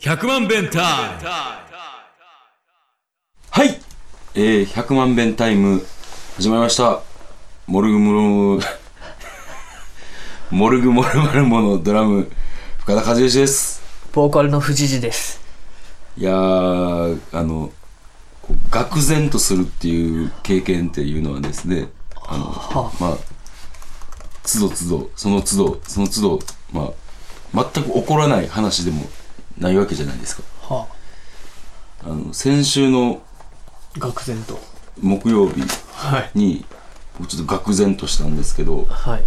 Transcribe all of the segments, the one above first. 100万弁タイムはい、えー、100万遍タイム始まりましたモルグモル モルグモルマルモのドラム深田和義ですボーカルの藤次です。いやーあのこう愕然とするっていう経験っていうのはですねあのまあつどつどその都度その都度まあ全く起こらない話でもないわけじゃないですかはあの先週のあ、愕然と。木曜日はい。に僕ちょっと愕然としたんですけどはい。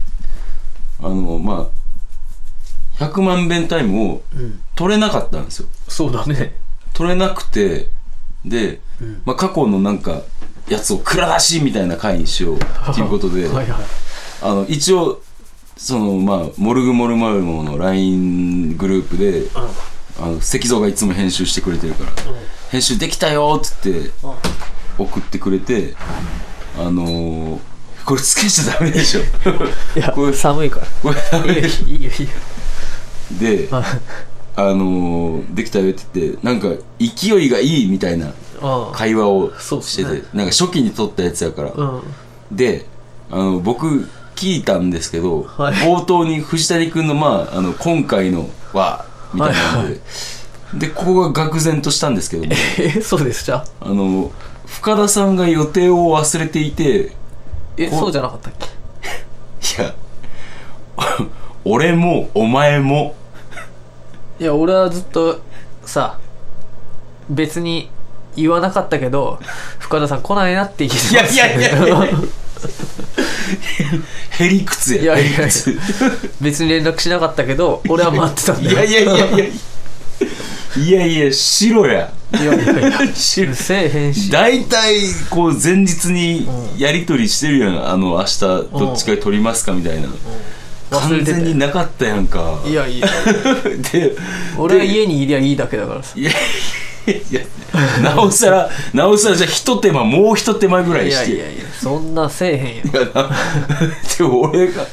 あのまあ100万遍タイムをうん。取れなかったんですよそうだね。取れなくてで、うんまあ、過去のなんかやつを蔵出しみたいな回にしようっていうことで はいはい。あの一応そのまあモルグモルマルモの LINE グループでうん。あの石像がいつも編集してくれてるから編集できたよっつって送ってくれてあのー、これつけちゃダメで しょいや、これ寒いかこれダら。メ いいよでし、いいよ、いいよ。ょでああのー、できたよって言ってなんか勢いがいいみたいなあ。会話をそうっすしてねて、なんか初期に撮ったやつやから、うん。であの僕聞いたんですけど、はい冒頭に藤谷君の,、まあ、あの今回のはみたいなので、でここが愕然としたんですけどもえ、そうです、じゃあ。あの深田さんが予定を忘れていていえ、こうそうじゃなかったっけや 俺もお前もいや、俺はずっと、さ、別に言わなかったけど、深田さん来ないなって言ってましたけいやどいやい やいやへりくつやいやいやいやへりくつ別に連絡しなかったけど、俺は待ってたんだいやよ。いやいやいやいやいや白やいやいやいや。う白るせえ、返信。大体こう前日にやり取りしてるやんあの明日どっちか取りますかみたいな忘れ完て全てになかったやんかいやいや。で俺はで家にいりゃいいだけだからさ。いやいやなおさらなおさらじゃあひと手間もうひと手間ぐらいいしやていやいや、そんなせえへんよ。 いやなでも俺が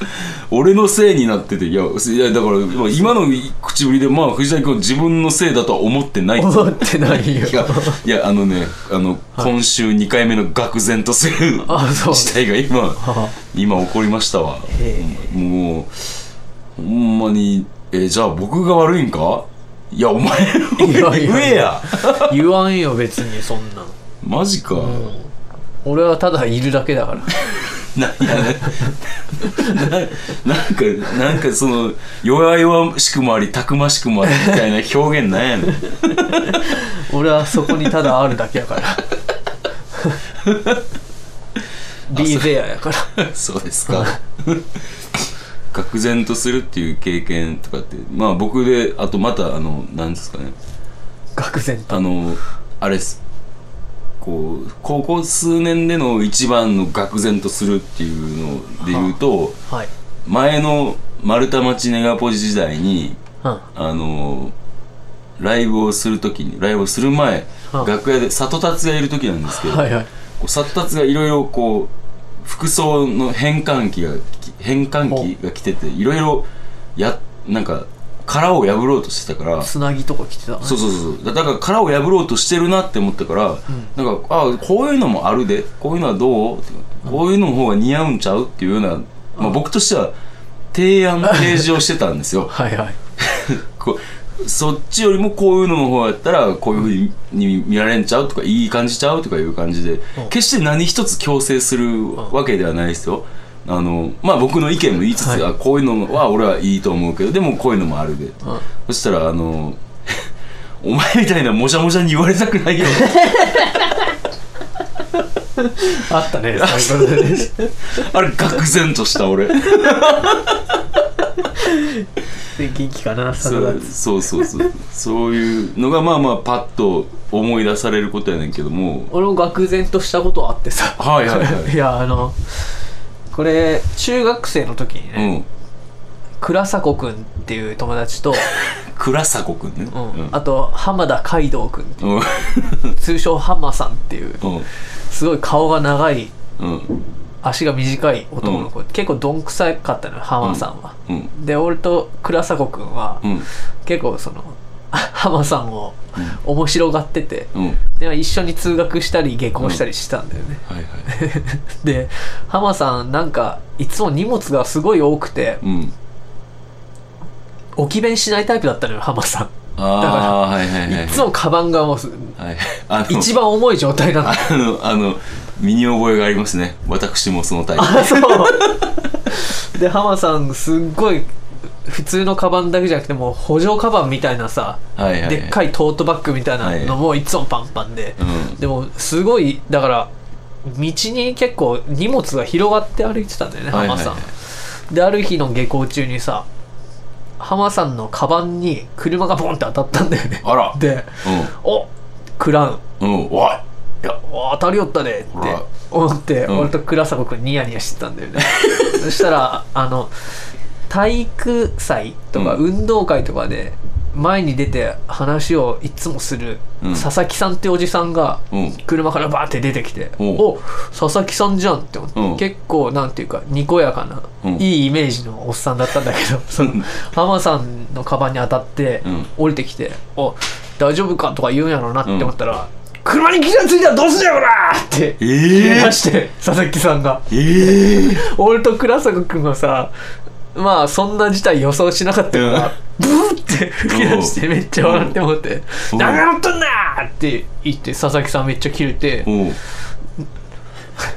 俺のせいになってていやいやだからまあ今の口ぶりでまあ藤谷君は自分のせいだとは思ってない思ってないよい。やいやあのねあの、今週2回目の愕然とするあそう事態が今今起こりましたわへもうほんまにえじゃあ僕が悪いんかいやお前いやいや上や言わんよ、別にそんなの。マジか、俺はただいるだけだから。なんやねな なんかなんかその弱々しくもありたくましくもありみたいな表現なんやねん俺はそこにただあるだけやから。 ビーゼアやか ら。そうですか。 愕然とするっていう経験とかって、まあ僕で、あとまた、あの、なんですかね、愕然と。あの、あれです。こう、ここ数年での一番の愕然とするっていうので言うと、はい。前の丸太町ネガポジ時代に、うん。あの、ライブをするときに、ライブをする前、はあ楽屋で里達がいるときなんですけど、はいはい。こう殺達がいろいろこう服装の変換器がき変換器が来てていろいろやなんか殻を破ろうとしてたからそつなぎとか来てたのね。うそうそうだだから殻を破ろうとしてるなって思ったから、なんかあこういうのもあるでこういうのはどうってこういうのの方が似合うんちゃうっていうような、まあ、僕としては提案提示をしてたんですよはいはい。こうそっちよりもこういうのの方やったらこういうふうに見られんちゃうとかいい感じちゃうとかいう感じで決して何一つ強制するわけではないですよ。あのまあ、僕の意見も言いつつ、はいあこういうのは俺はいいと思うけどでもこういうのもあるで、そしたらあの お前みたいなもじゃもじゃに言われたく ないよあったね、そういうことであれ愕然とした俺 で元気かな、さそだうそうそうそうそういうのがまあまあパッと思い出されることやねんけども俺も愕然としたことあってさ。はいはいはい いや、あの、これ、中学生の時にね、 うん倉迫くんっていう友達と、倉迫くんね、 うんあと浜田海道くんっていううん通称ハマさんっていうすごい顔が長いうんうん足が短い男の子、結構どんくさかったのよハマさんは、うんで俺と倉迫くんは、うん結構その 浜さんを面白がってて、うんはいで一緒に通学したり下校したりしてたんだよね、はい で浜さんなんかいつも荷物がすごい多くてうん置き弁しないタイプだったのよ浜さんああーはいはいはいいつもカバンがもうすはいあの一番重い状態なのあのあの身に覚えがありますね私も そのタイプあそう で浜さんすっごい普通のカバンだけじゃなくてもう補助カバンみたいなさ、はいはいはいでっかいトートバッグみたいなのもいつもパンパンで、うんでもすごいだから道に結構荷物が広がって歩いてたんだよねはいは浜いはいさん、である日の下校中にさ浜さんのカバンに車がボンって当たったんだよねあらでおクラウうンんうんおいいやお当たりよったねってほら思って、うん俺と倉迫君ニヤニヤしてたんだよ ねそしたらあの体育祭とかうん運動会とかで前に出て話をいつもするうん佐々木さんっておじさんがうん車からバーって出てきて「おうお佐々木さんじゃん」って思って、うん結構なんていうかにこやかな、うんいいイメージのおっさんだったんだけ どその浜さんのカバンに当たって、うん降りてきて「お大丈夫か?」とか言うんやろうなって思ったら「車に傷がついたらどうすんやろな!」ってえ言ーいまして、佐々木さんがええ俺と倉迫君はさまあそんな事態予想しなかったからブーって吹き出してめっちゃ笑って思って「うん何やったんだ!」って言って佐々木さんめっちゃ切れておう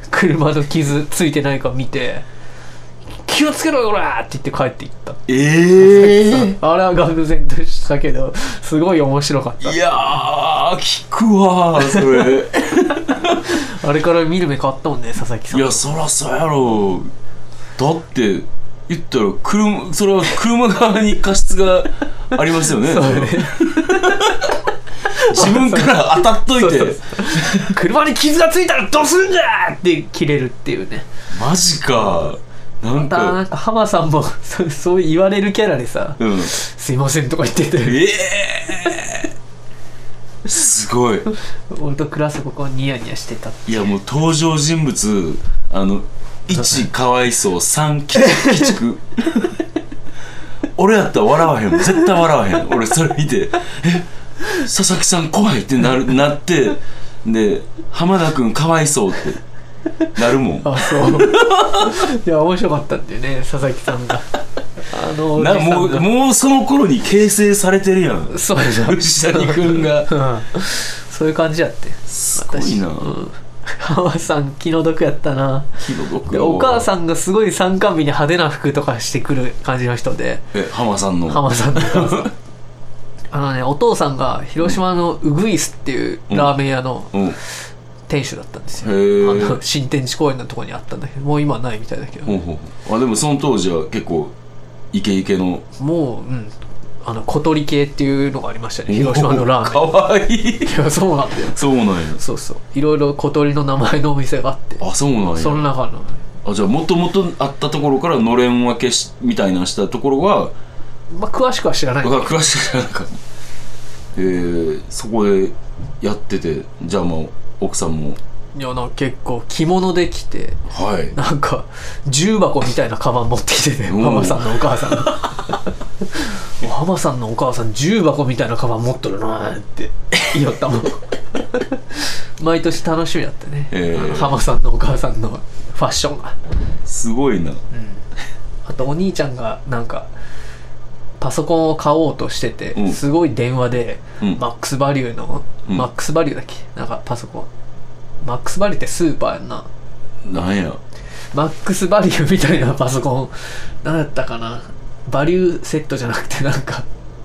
車の傷ついてないか見て「気をつけろよこら!」って言って帰っていったってええさあれは愕然としたけどすごい面白かったいやー聞くわーそれあれから見る目変わったもんね佐々木さんいやそらそうやろだって言ったら車それは車側に過失がありますよね そうね 自分から当たっといてそうそう車に傷がついたらどうすんじゃーって切れるっていうねマジかなんただなかんか浜さんもそうそう言われるキャラでさうん「すいません」とか言っててええすごい俺とクラスここニヤニヤしてたいやもう登場人物あの1かわいそう3鬼畜 俺やったら笑わへんもん絶対笑わへん俺それ見て「え佐々木さん怖い」ってなるなってで浜田君かわいそうってなるもんあそう いや面白かったんだよね佐々木さんがあのおじなさんがもうもうその頃に形成されてるやんそうでしょ牛谷君がうんそういう感じやってすごいな私うん浜さん気の毒やったな気の毒でお母さんがすごい参観日に派手な服とかしてくる感じの人でえ浜さんの浜さんのお 母さんあのねお父さんが広島のウグイスっていうラーメン屋のうんへ店主だったんですよ、あえの新天地公園のとこにあったんだけどもう今はないみたいだけど、ほうほうほうあでもその当時は結構イケイケのもう、うん、あの小鳥系っていうのがありましたね広島のラーメンおーかわいいいやそうなんだよそうなんやそうそういろいろ小鳥の名前のお店があってあそうなんそのや中のあじゃあもともとあったところからのれん分けしみたいなのしたところはまあ詳しくは知らない僕は詳しく知らなかったえー、そこでやっててじゃあもう奥さんもいやなんか結構着物で来てはいなんか重箱みたいなカバン持ってきてねうんママさんのお母さんが ママさんのお母さん重箱みたいなカバン持っとるなーって言いよったもん毎年楽しみだったね、えーあの浜さんのお母さんのファッションがすごいなあとお兄ちゃんがなんかパソコンを買おうとしてて、うんすごい電話で、うんマックスバリューの、うんマックスバリューだっけなんかパソコンマックスバリューってスーパーやんななんやマックスバリューみたいなパソコン何だったかなバリューセットじゃなくてなんか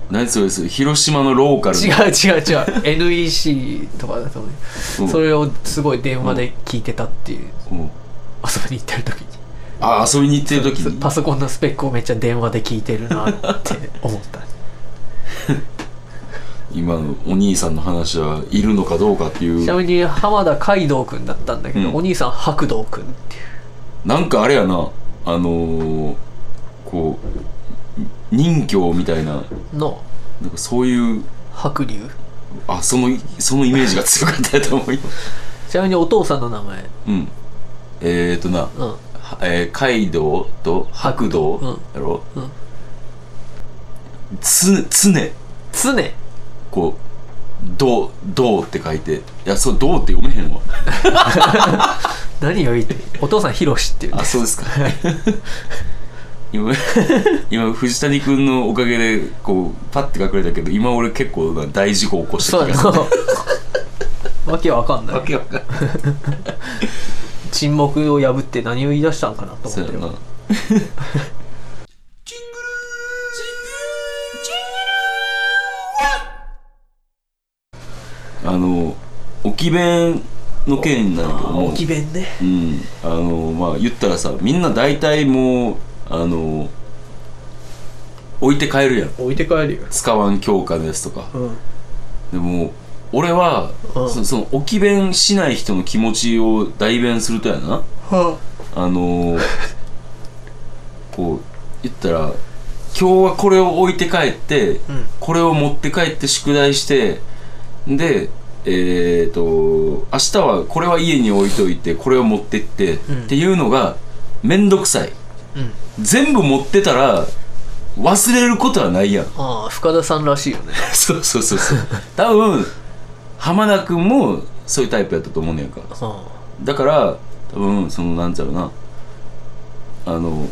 何それそれ広島のローカル違う違う違う NEC とかだと思う、うんそれをすごい電話で聞いてたっていう、うん遊びに行ってる時にあ遊びに行ってる時にパソコンのスペックをめっちゃ電話で聞いてるなって思った今のお兄さんの話はいるのかどうかっていちなうみに浜田海道くんだったんだけど、うんお兄さん白道くんっていうなんかあれやなあのー、こう人形みたいなのなんかそういう白龍あそのそのイメージが強かったと思いちなみにお父さんの名前うんえーとな、うんはえー、カイドウと白道うんやろ、うんつ常常こう「どう」「どう」って書いていやそう「どう」って読めへんわ何よりお父さんヒロシっていうねあそうですか 今今藤谷君のおかげでこうパッて隠れたけど今俺結構な大事故起こしてそうるや気がなする わけわかんなわいけわかんない沈黙を破って何を言い出したんかな とそう思っやてなあの置き弁の件なんやけども置き弁ねうん、あのまあ言ったらさみんな大体もうあの置いて帰るやん置いて帰るよ使わん教科ですとかうんでも俺は、うんそその置き弁しない人の気持ちを代弁するとやなはあのこう言ったら今日はこれを置いて帰って、うんこれを持って帰って宿題してでえっ、と明日はこれは家に置いといてこれを持ってって、うんっていうのがめんどくさいうん全部持ってたら忘れることはないやんああ深田さんらしいよね そうそうそうそう多分浜田君もそういうタイプやったと思うねんかはだから多分そのなんちゃろなあの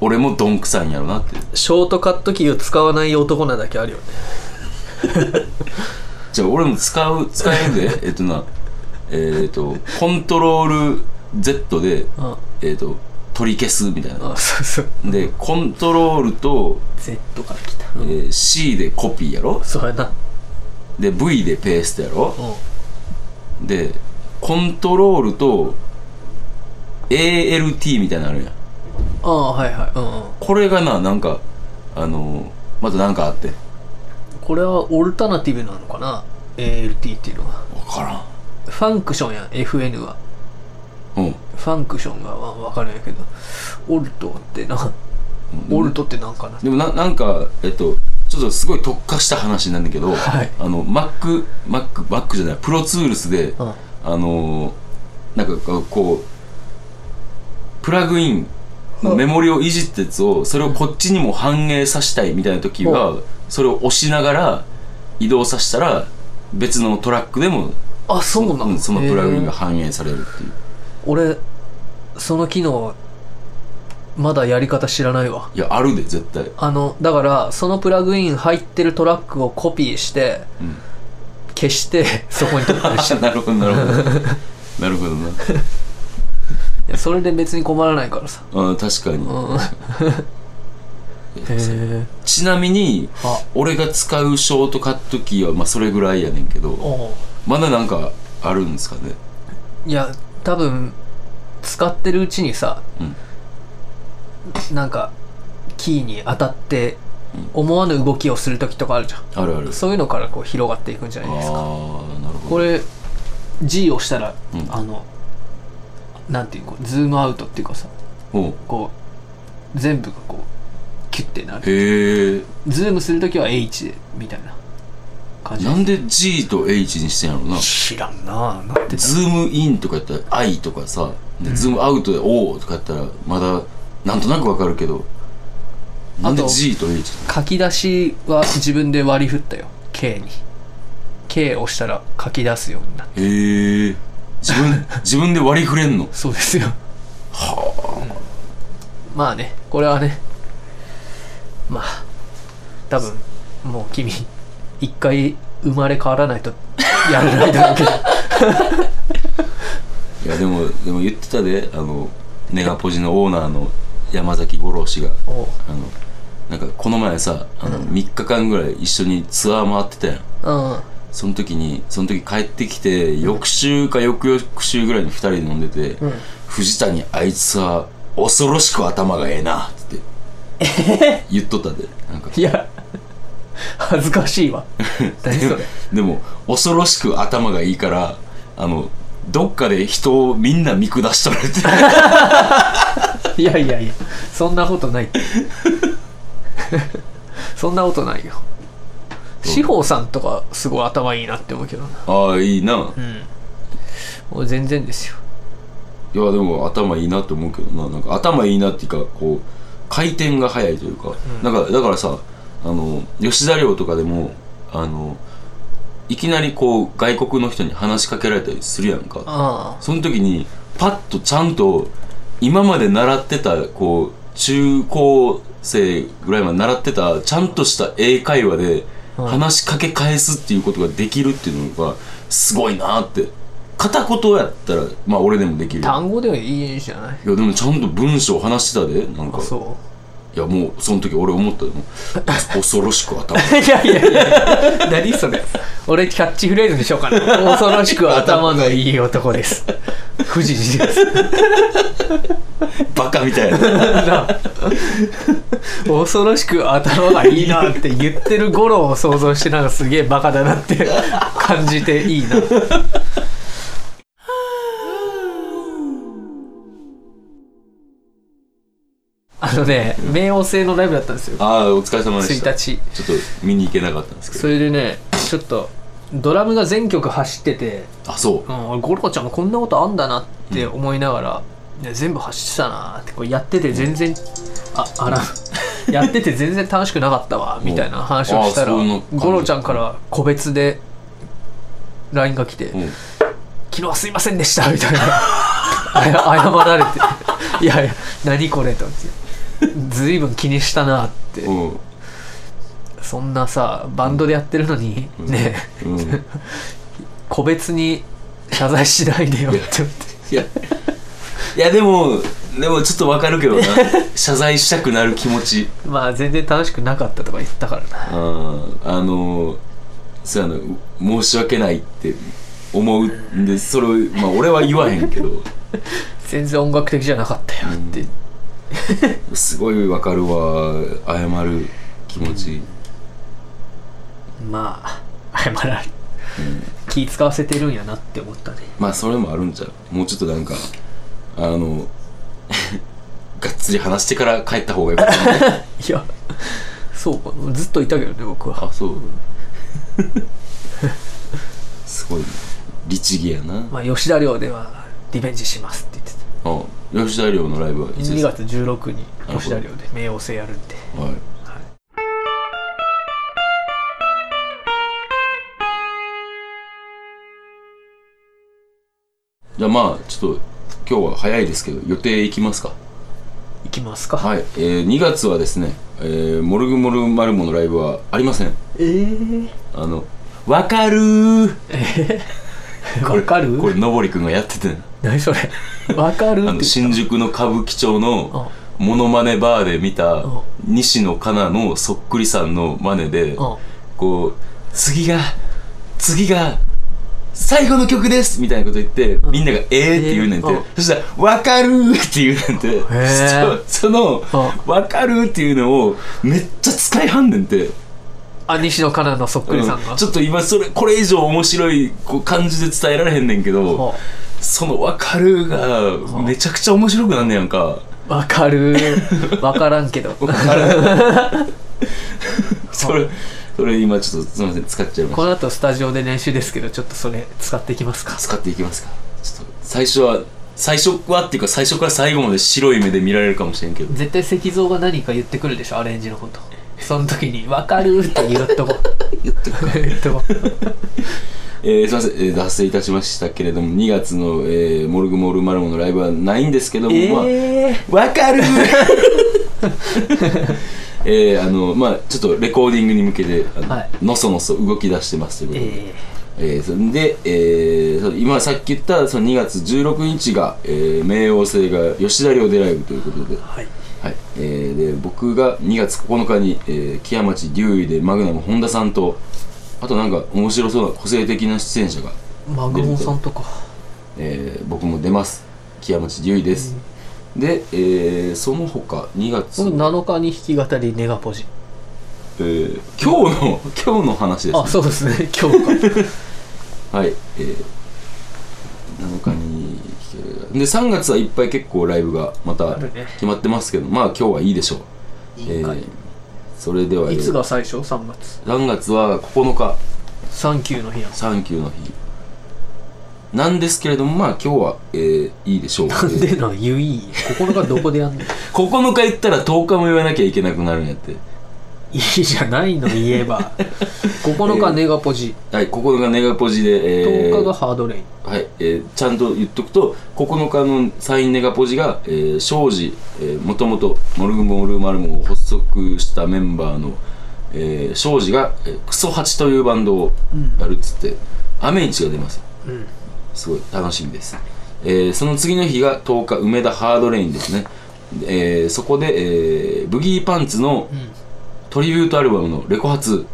俺もどんくさいんやろなってあショートカットキーを使わない男なだけあるよねじゃあ俺も使う使えるで えっとなえっとコントロール Z であえっと取り消すみたいなあそうそうでコントロールと、 Z から来たえー C でコピーやろそうやなで V でペーストやろうんでコントロールと ALT みたいなのあるやんああはいはいうんうんこれがななんかあのまたなんかあってこれはオルタナティブなのかな ALT っていうのは分かファンクションやん FN はらんうんファンクションがわ分かるんやけどオルトってなオルトってなんかなでもななんかえっとちょっとすごい特化した話なんだけど、はいあの Mac Mac Mac じゃないプロツールスで、うんあのーなんかこうプラグインのメモリをいじったやつをそれをこっちにも反映させたいみたいな時はそれを押しながら移動させたら別のトラックでもあそうなの、んそのプラグインがへえ反映されるっていう俺その機能まだやり方知らないわいやあるで絶 対 あのだからそのプラグイン入ってるトラックをコピーして、ん消して そこに取ったりしてあなるほどなるほどなるほどないやそれで別に困らないからさうん確かにうんへえちなみにあ俺が使うショートカットキーはまあそれぐらいやねんけどおうまだなんかあるんですかねいや多分使ってるうちにさ、なんかキーに当たって思わぬ動きをする時とかあるじゃんあるあるそういうのからこう広がっていくんじゃあないですかあなるほこどれ G を押したら、うんあのなんていうのズームアウトっていうかさおうこう全部がこうキュッてなるへえズームするときは H でみたいな感じなんで G と H にしてんやろな知らんなぁなんてズームインとかやったら I とかさでズームアウトで O とかやったらまだなんとなくわかるけどなんであと G と H 書き出しは自分で割り振ったよ K に K を押したら書き出すようになってへえ自 分自分で割り振れんのそうですよはあまあねこれはねまあ多分もう君一回生まれ変わらないとやらないだろうけどいやでもでも言ってたであのネガポジのオーナーの山崎五郎氏がおうあのなんかこの前さあの3日間ぐらい一緒にツアー回ってたやん うんその時にその時帰ってきて翌週か翌々週ぐらいに2人で飲んでてうん「藤谷あいつは恐ろしく頭がええな」って言っとったでなんかいや恥ずかしいわ何そ れでも恐ろしく頭がいいからあのどっかで人をみんな見下しとられて いやいやいやそんなことないってそんなことないよ志保さんとかすごい頭いいなって思うけどなああいいな俺全然ですよいやでも頭いいなって思うけどななんか頭いいなっていうかこう回転が速いというか、なんかだからさあの吉田寮とかでもああのいきなりこう外国の人に話しかけられたりするやんかあその時にパッとちゃんと今まで習ってたこう中高生ぐらいまで習ってたちゃんとした英会話でうん話しかけ返すっていうことができるっていうのがすごいなって片言やったらまあ俺でもできるいあや単語ではいいんじゃないでもちゃんと文章話してたでなんかそいやもうその時俺思 ったよもう恐ろしく頭ういやいやいや何それ俺キャッチフレーズにしようかな恐ろしく頭のいい男です藤井ですバカみたいなな恐ろしく頭がいいなって言ってるゴロを想像してなんかすげえバカだなって感じていいなあのね冥王星のライブだったんですよああお疲れ様で した1日ちょっと見に行けなかったんですけそれでねちょっとドラムが全曲走ってて、どあそううん、俺ゴロちゃんもこんなことあんだなって思いながら、いや全部走ってたなってこうやってて全然、ああらやってて全然楽しくなかった わみたいな話をしたらあそんな感じゴロちゃんから個別で LINE が来て、うん昨日はすいませんでした」みたいな あや謝られて「い やいや何これ」と思ってずいぶん気にしたなって、うんそんなさバンドでやってるのに、ねうん個別に謝罪しないでよって思っていやいやでもでもちょっとわかるけ どな謝罪したくなる気持ちまあ全然楽しくなかったとか言ったからなああのそうやの申し訳ないって思うんでそれをまあ俺は言わへんけど全然音楽的じゃなかったよって、すごいわかるわ謝る気持ち、まあ謝られ、気使わせてるんやなって思ったねまあそれもあるんちゃうもうちょっとなんかあの がっつり話してから帰った方がよかったないやそうかなずっといたけどね僕はあ そうすごいな律儀やなまあ吉田寮ではリベンジしますって言ってたあ吉田寮のライブはいつ2ですか月16にほど吉田寮で冥王星やるんではいじゃあまあちょっと今日は早いですけど予定いきますか行きますか、はい、えー、2月はですね、えーモルグモルマルモのライブはありませんええあの「わかるー」わかるこれのぼりくんがやってて何それわかるっあのて新宿の歌舞伎町のモノマネバーで見たうん西野カナのそっくりさんのマネでうんこう次が次が最後の曲ですみたいなこと言って、みんなが「えー」って言うねんて、えーうんそしたら「わかるー」って言うねんて、ーそその「うわかるー」っていうのをめっちゃ使いはんねんて、あ西野カナのそっくりさんが、うんちょっと今それこれ以上面白いこう感じで伝えられへんねんけど、はその「わかるー」がめちゃくちゃ面白くなんねやん か。あわかるわからんけどこそれそれ今ちょっとすみません使っちゃいましたの後スタジオで練習ですけどちょっとそれ使っていきますか使っていきますかちょっと最初は最初はっていうか最初から最後まで白い目で見られるかもしれんけど絶対石像が何か言ってくるでしょアレンジのことその時に「わかる」って言っとこう 言っとくか、言っとこうえー、すいません、えー脱線いたしましたけれども2月の、えーモルグモルマルモのライブはないんですけども、まあええわか るえー、あのまあちょっとレコーディングに向けてあの,、はいのそのそ動き出してますということで、ええーそんで、えーその今さっき言ったその2月16日が、えー冥王星が吉田寮でライブということで,、えはいはいえーで僕が2月9日に、えー、木屋町竜医でマグナム本田さんとあとなんか面白そうな個性的な出演者が、マグモンさんとかえー僕も出ます木屋町竜医です、で、えーその他2月、僕7日に弾き語りネガポジえー今日の今日の話ですあそうで すね今日かはい、えー、7日に弾けるで3月はいっぱい結構ライブがまたあるね決まってますけど、まあ今日はいいでしょういいんかいーそれでは、いつが最初3月3月は9日サンキューの日やんサンキューの日なんですけれどもまあ今日は、えーいいでしょうなんえーでなんゆいここのがどこでやんの9日行ったら10日も言わなきゃいけなくなるんやって いいじゃないの言え ば9日ネガポジ、はい、9日がネガポジで、えー10日がハードレインはい、えーちゃんと言っとくと、9日のサインネガポジが、えー、庄司、えー、もともとモルグモルマルモを発足したメンバーの、えー、庄司が、えークソハチというバンドをやるっつって、雨市が出ます。うんすごい楽しみです、えーその次の日が10日梅田ハードレインですね、えーそこで、えーブギーパンツのんトリビュートアルバムのレコ発、ん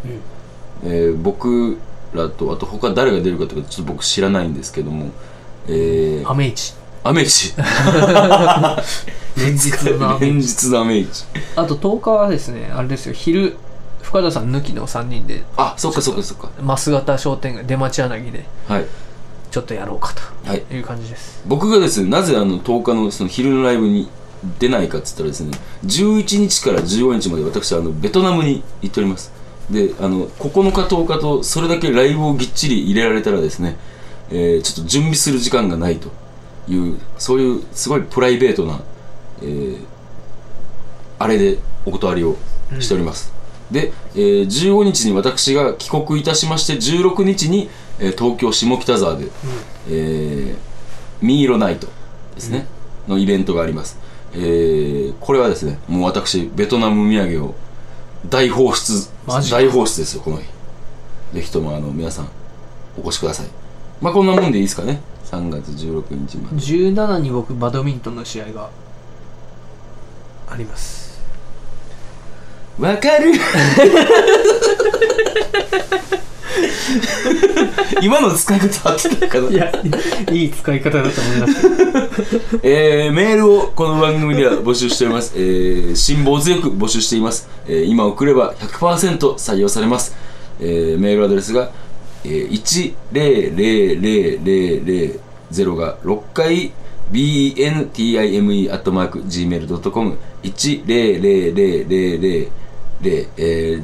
えー僕らとあと他誰が出るかとかちょっと僕知らないんですけどもえー、アメイチアメイチ 連日のアメ 連イチ日のアメイチ あと10日はですねあれですよ昼深田さん抜きの3人であそっかそっかそっか増型商店街出町柳ではいちょっとやろうかはいという感じです僕がですねなぜあの10日のその昼のライブに出ないかっつったらですね11日から15日まで私あのベトナムに行っておりますであの9日10日とそれだけライブをぎっちり入れられたらですね、えーちょっと準備する時間がないというそういうすごいプライベートな、えーあれでお断りをしております、で、えー15日に私が帰国いたしまして16日に、えー東京下北沢で、えーミイロナイトですね、のイベントがあります、えーこれはですねもう私ベトナム土産を大放出マジか大放出ですよこの日ぜひともあの皆さんお越しくださいまあこんなもんでいいですかね3月16日まで17に僕バドミントンの試合がありますわかる 今の使い方合ってたかなはいい使い方だと思いますえーメールをこの番組では募集しております、えー辛抱強く募集しています、えー今送れば100%採用されます、えーメールアドレスが、えー、1000000が6回 bentime.gmail.com 1000000で、えー、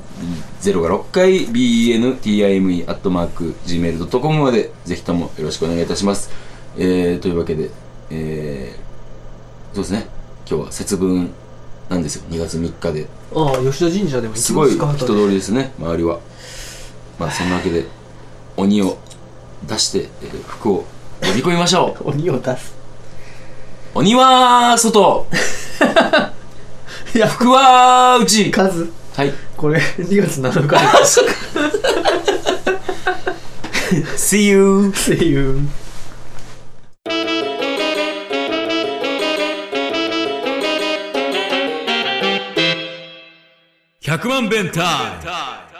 0が6回 bentime.gmail.com までぜひともよろしくお願いいたします、えーというわけで、えーそうですね今日は節分なんですよ2月3日でああ吉田神社でも行すきごまいすか人後で通りですね周りはまあそんなわけで鬼を出して、えー服を呼び込みましょう 鬼を出す鬼は外 いや服は内数はいこれ2月7日 See you 声優100万弁タイム